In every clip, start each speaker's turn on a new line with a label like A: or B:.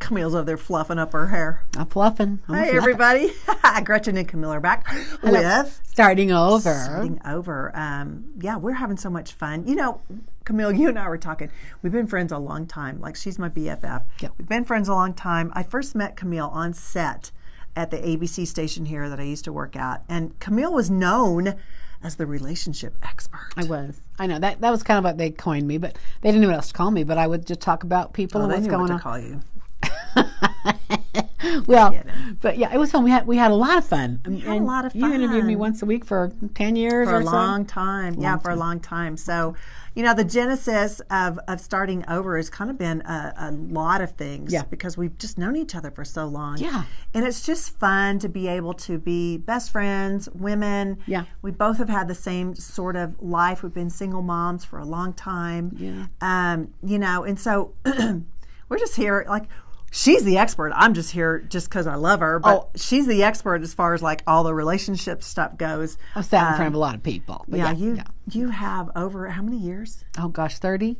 A: Camille's over there fluffing up her hair.
B: I'm fluffing. I'm
A: Hey,
B: fluffing.
A: everybody. Gretchen and Camille are back with
B: Starting over.
A: starting over. Um, yeah, we're having so much fun. You know, Camille, you and I were talking. We've been friends a long time. Like she's my BFF.
B: Yep.
A: We've been friends a long time. I first met Camille on set at the ABC station here that I used to work at, and Camille was known as the relationship expert.
B: I was. I know that that was kind of what they coined me, but they didn't know what else to call me. But I would just talk about people and
A: Well,
B: what's
A: Oh, they knew what
B: going
A: to call
B: on.
A: you.
B: Well, but yeah, it was fun. We had we had a lot of fun. We
A: had a lot of
B: You interviewed me
A: fun.
B: once a week for ten years
A: for
B: or
A: a
B: so.
A: long time. yeah, for a long time. So, you know, the genesis of, of starting over has kind of been a, a lot of things
B: Yeah.
A: because we've just known each other for so long.
B: Yeah.
A: And it's just fun to be able to be best friends, women.
B: Yeah.
A: We both have had the same sort of life. We've been single moms for a long time.
B: Yeah.
A: Um, you know, and so we're just here like She's the expert. I'm just here just because I love her, but
B: Oh.
A: she's the expert as far as like all the relationship stuff goes.
B: I sat in front of a lot of people. But
A: Yeah,
B: yeah,
A: you you have over how many years?
B: Oh gosh, thirty.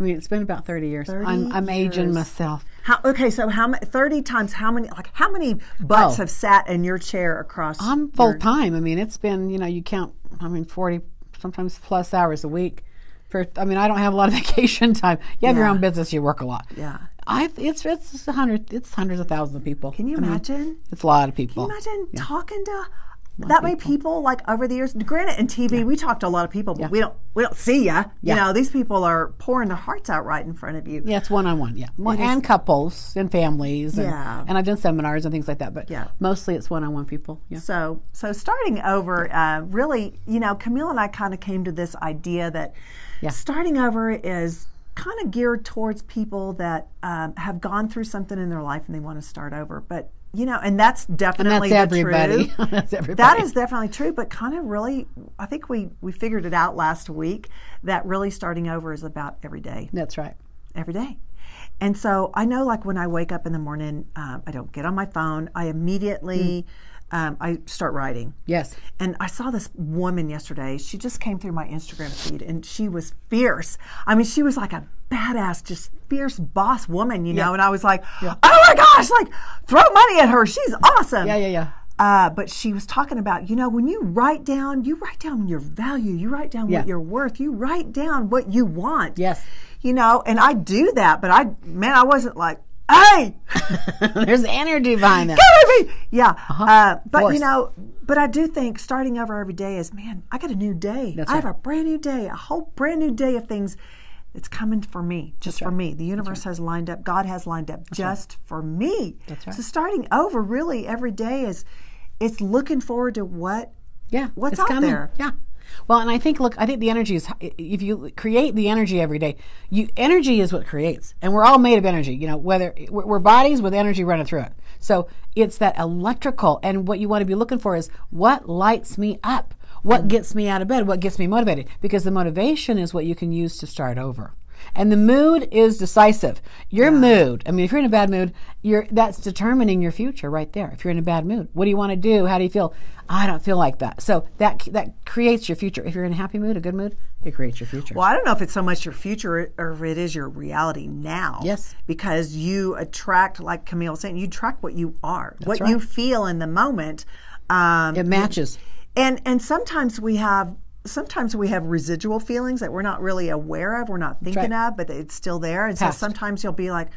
B: I mean, it's been about thirty years. I'm,
A: 30
B: I'm aging
A: years.
B: myself.
A: How okay? So how many? Thirty times how many? Like how many butts
B: Oh.
A: have sat in your chair across?
B: I'm full time. I mean, it's been you know you count. I mean, forty sometimes plus hours a week. For I mean, I don't have a lot of vacation time. You have your
A: Yeah.
B: own business. You work a lot.
A: yeah.
B: I've, it's it's a hundred it's hundreds of thousands of people.
A: Can you
B: I mean,
A: imagine?
B: it's a lot of people.
A: imagine talking to that many people like over the years. Granted, in TV we talk to a lot of people, but we don't we don't see ya. You
B: Yeah.
A: know, these people are pouring their hearts out right in front of you.
B: Yeah, it's one on one. Yeah, Well, and couples and families. And,
A: Yeah.
B: and I've done seminars and things like that. But
A: Yeah.
B: mostly it's one on one people. Yeah.
A: So, so starting over, uh, really, you know, Camille and I kind of came to this idea that
B: Yeah.
A: starting over is kind of geared towards people that um, have gone through something in their life and they want to start over. But you know, and that's definitely
B: that's
A: the
B: everybody.
A: truth.
B: That's everybody.
A: That is definitely true, but kind of really, I think we we figured it out last week that really starting over is about every day
B: That's right.
A: every day. And so I know, like, when I wake up in the morning, um, I don't get on my phone. I immediately
B: Mm.
A: um, I start writing.
B: Yes.
A: And I saw this woman yesterday. She just came through my Instagram feed, and she was fierce. I mean, she was like a badass, just fierce boss woman, you know. And I was like, oh my gosh, like throw money at her. She's awesome.
B: Yeah, yeah, yeah.
A: Uh, but she was talking about, you know, when you write down, you write down your value, you write down
B: Yeah.
A: what you're worth, you write down what you want.
B: Yes.
A: You know, and I do that, but I, man, I wasn't like, hey,
B: There's energy behind that.
A: baby. Yeah. Uh, but, you
B: course.
A: know, but I do think starting over every day is, man, I got a new day. I have a brand new day, a whole brand new day of things. It's coming for me, just for me. The universe has lined up, God has lined up just for me. That's right. So starting over really every day is, it's looking forward to what
B: Yeah.
A: What's
B: it's
A: out
B: coming.
A: there?
B: Yeah. Well, and I think look, I think the energy is if you create the energy every day, you energy is what creates, and we're all made of energy. You know, whether we're, we're bodies with energy running through it, so it's that electrical. And what you want to be looking for is what lights me up, what gets me out of bed, what gets me motivated, because the motivation is what you can use to start over. And the mood is decisive. Your mood. I mean, if you're in a bad mood, you're that's determining your future right there. If you're in a bad mood, what do you want to do? How do you feel? I don't feel like that. So that that creates your future. If you're in a happy mood, a good mood, it creates your future.
A: Well, I don't know if it's so much your future or if it is your reality now.
B: Yes.
A: Because you attract, like Camille was saying, you attract what you are, what
B: right.
A: you feel in the moment. Um,
B: it matches.
A: and and sometimes we have sometimes we have residual feelings that we're not really aware of, we're not thinking
B: right.
A: of, but it's still there. And
B: Past.
A: so sometimes you'll be like,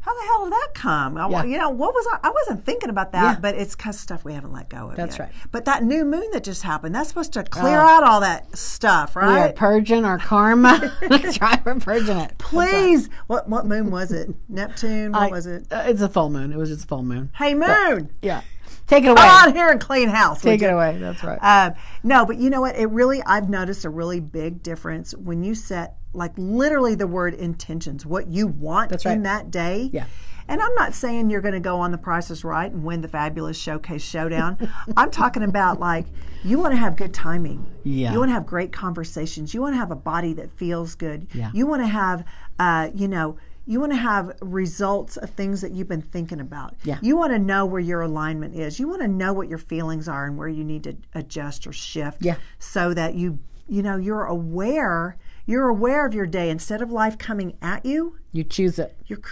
A: how the hell did that come? I,
B: Yeah.
A: You know, what was I? I wasn't thinking about that,
B: Yeah.
A: but it's kind of stuff we haven't let go of.
B: That's
A: yet.
B: right. Oh.
A: But that new moon that just happened, that's supposed to clear out all that stuff, right?
B: We are purging our karma. That's right. We're purging it.
A: Please. What what moon was it? Neptune? What
B: I-
A: was it?
B: uh, it's a full moon. It was just a full moon.
A: Hey, moon.
B: Yeah. Take it away.
A: Come on here and clean house. would
B: Take it
A: you?
B: away. That's right.
A: Um, no, but you know what? It really, I've noticed a really big difference when you set, like, literally the word intentions, what you want
B: right.
A: in that day.
B: Yeah.
A: And I'm not saying you're going to go on The Price is Right and win the fabulous showcase showdown. I'm talking about, like, you want to have good timing.
B: Yeah.
A: You want to have great conversations. You want to have a body that feels good.
B: Yeah.
A: You want to have, uh, you know, you want to have results of things that you've been thinking about.
B: Yeah.
A: You want to know where your alignment is. You want to know what your feelings are and where you need to adjust or shift.
B: Yeah.
A: So that you, you know, you're aware. You're aware of your day instead of life coming at you.
B: You choose it.
A: You're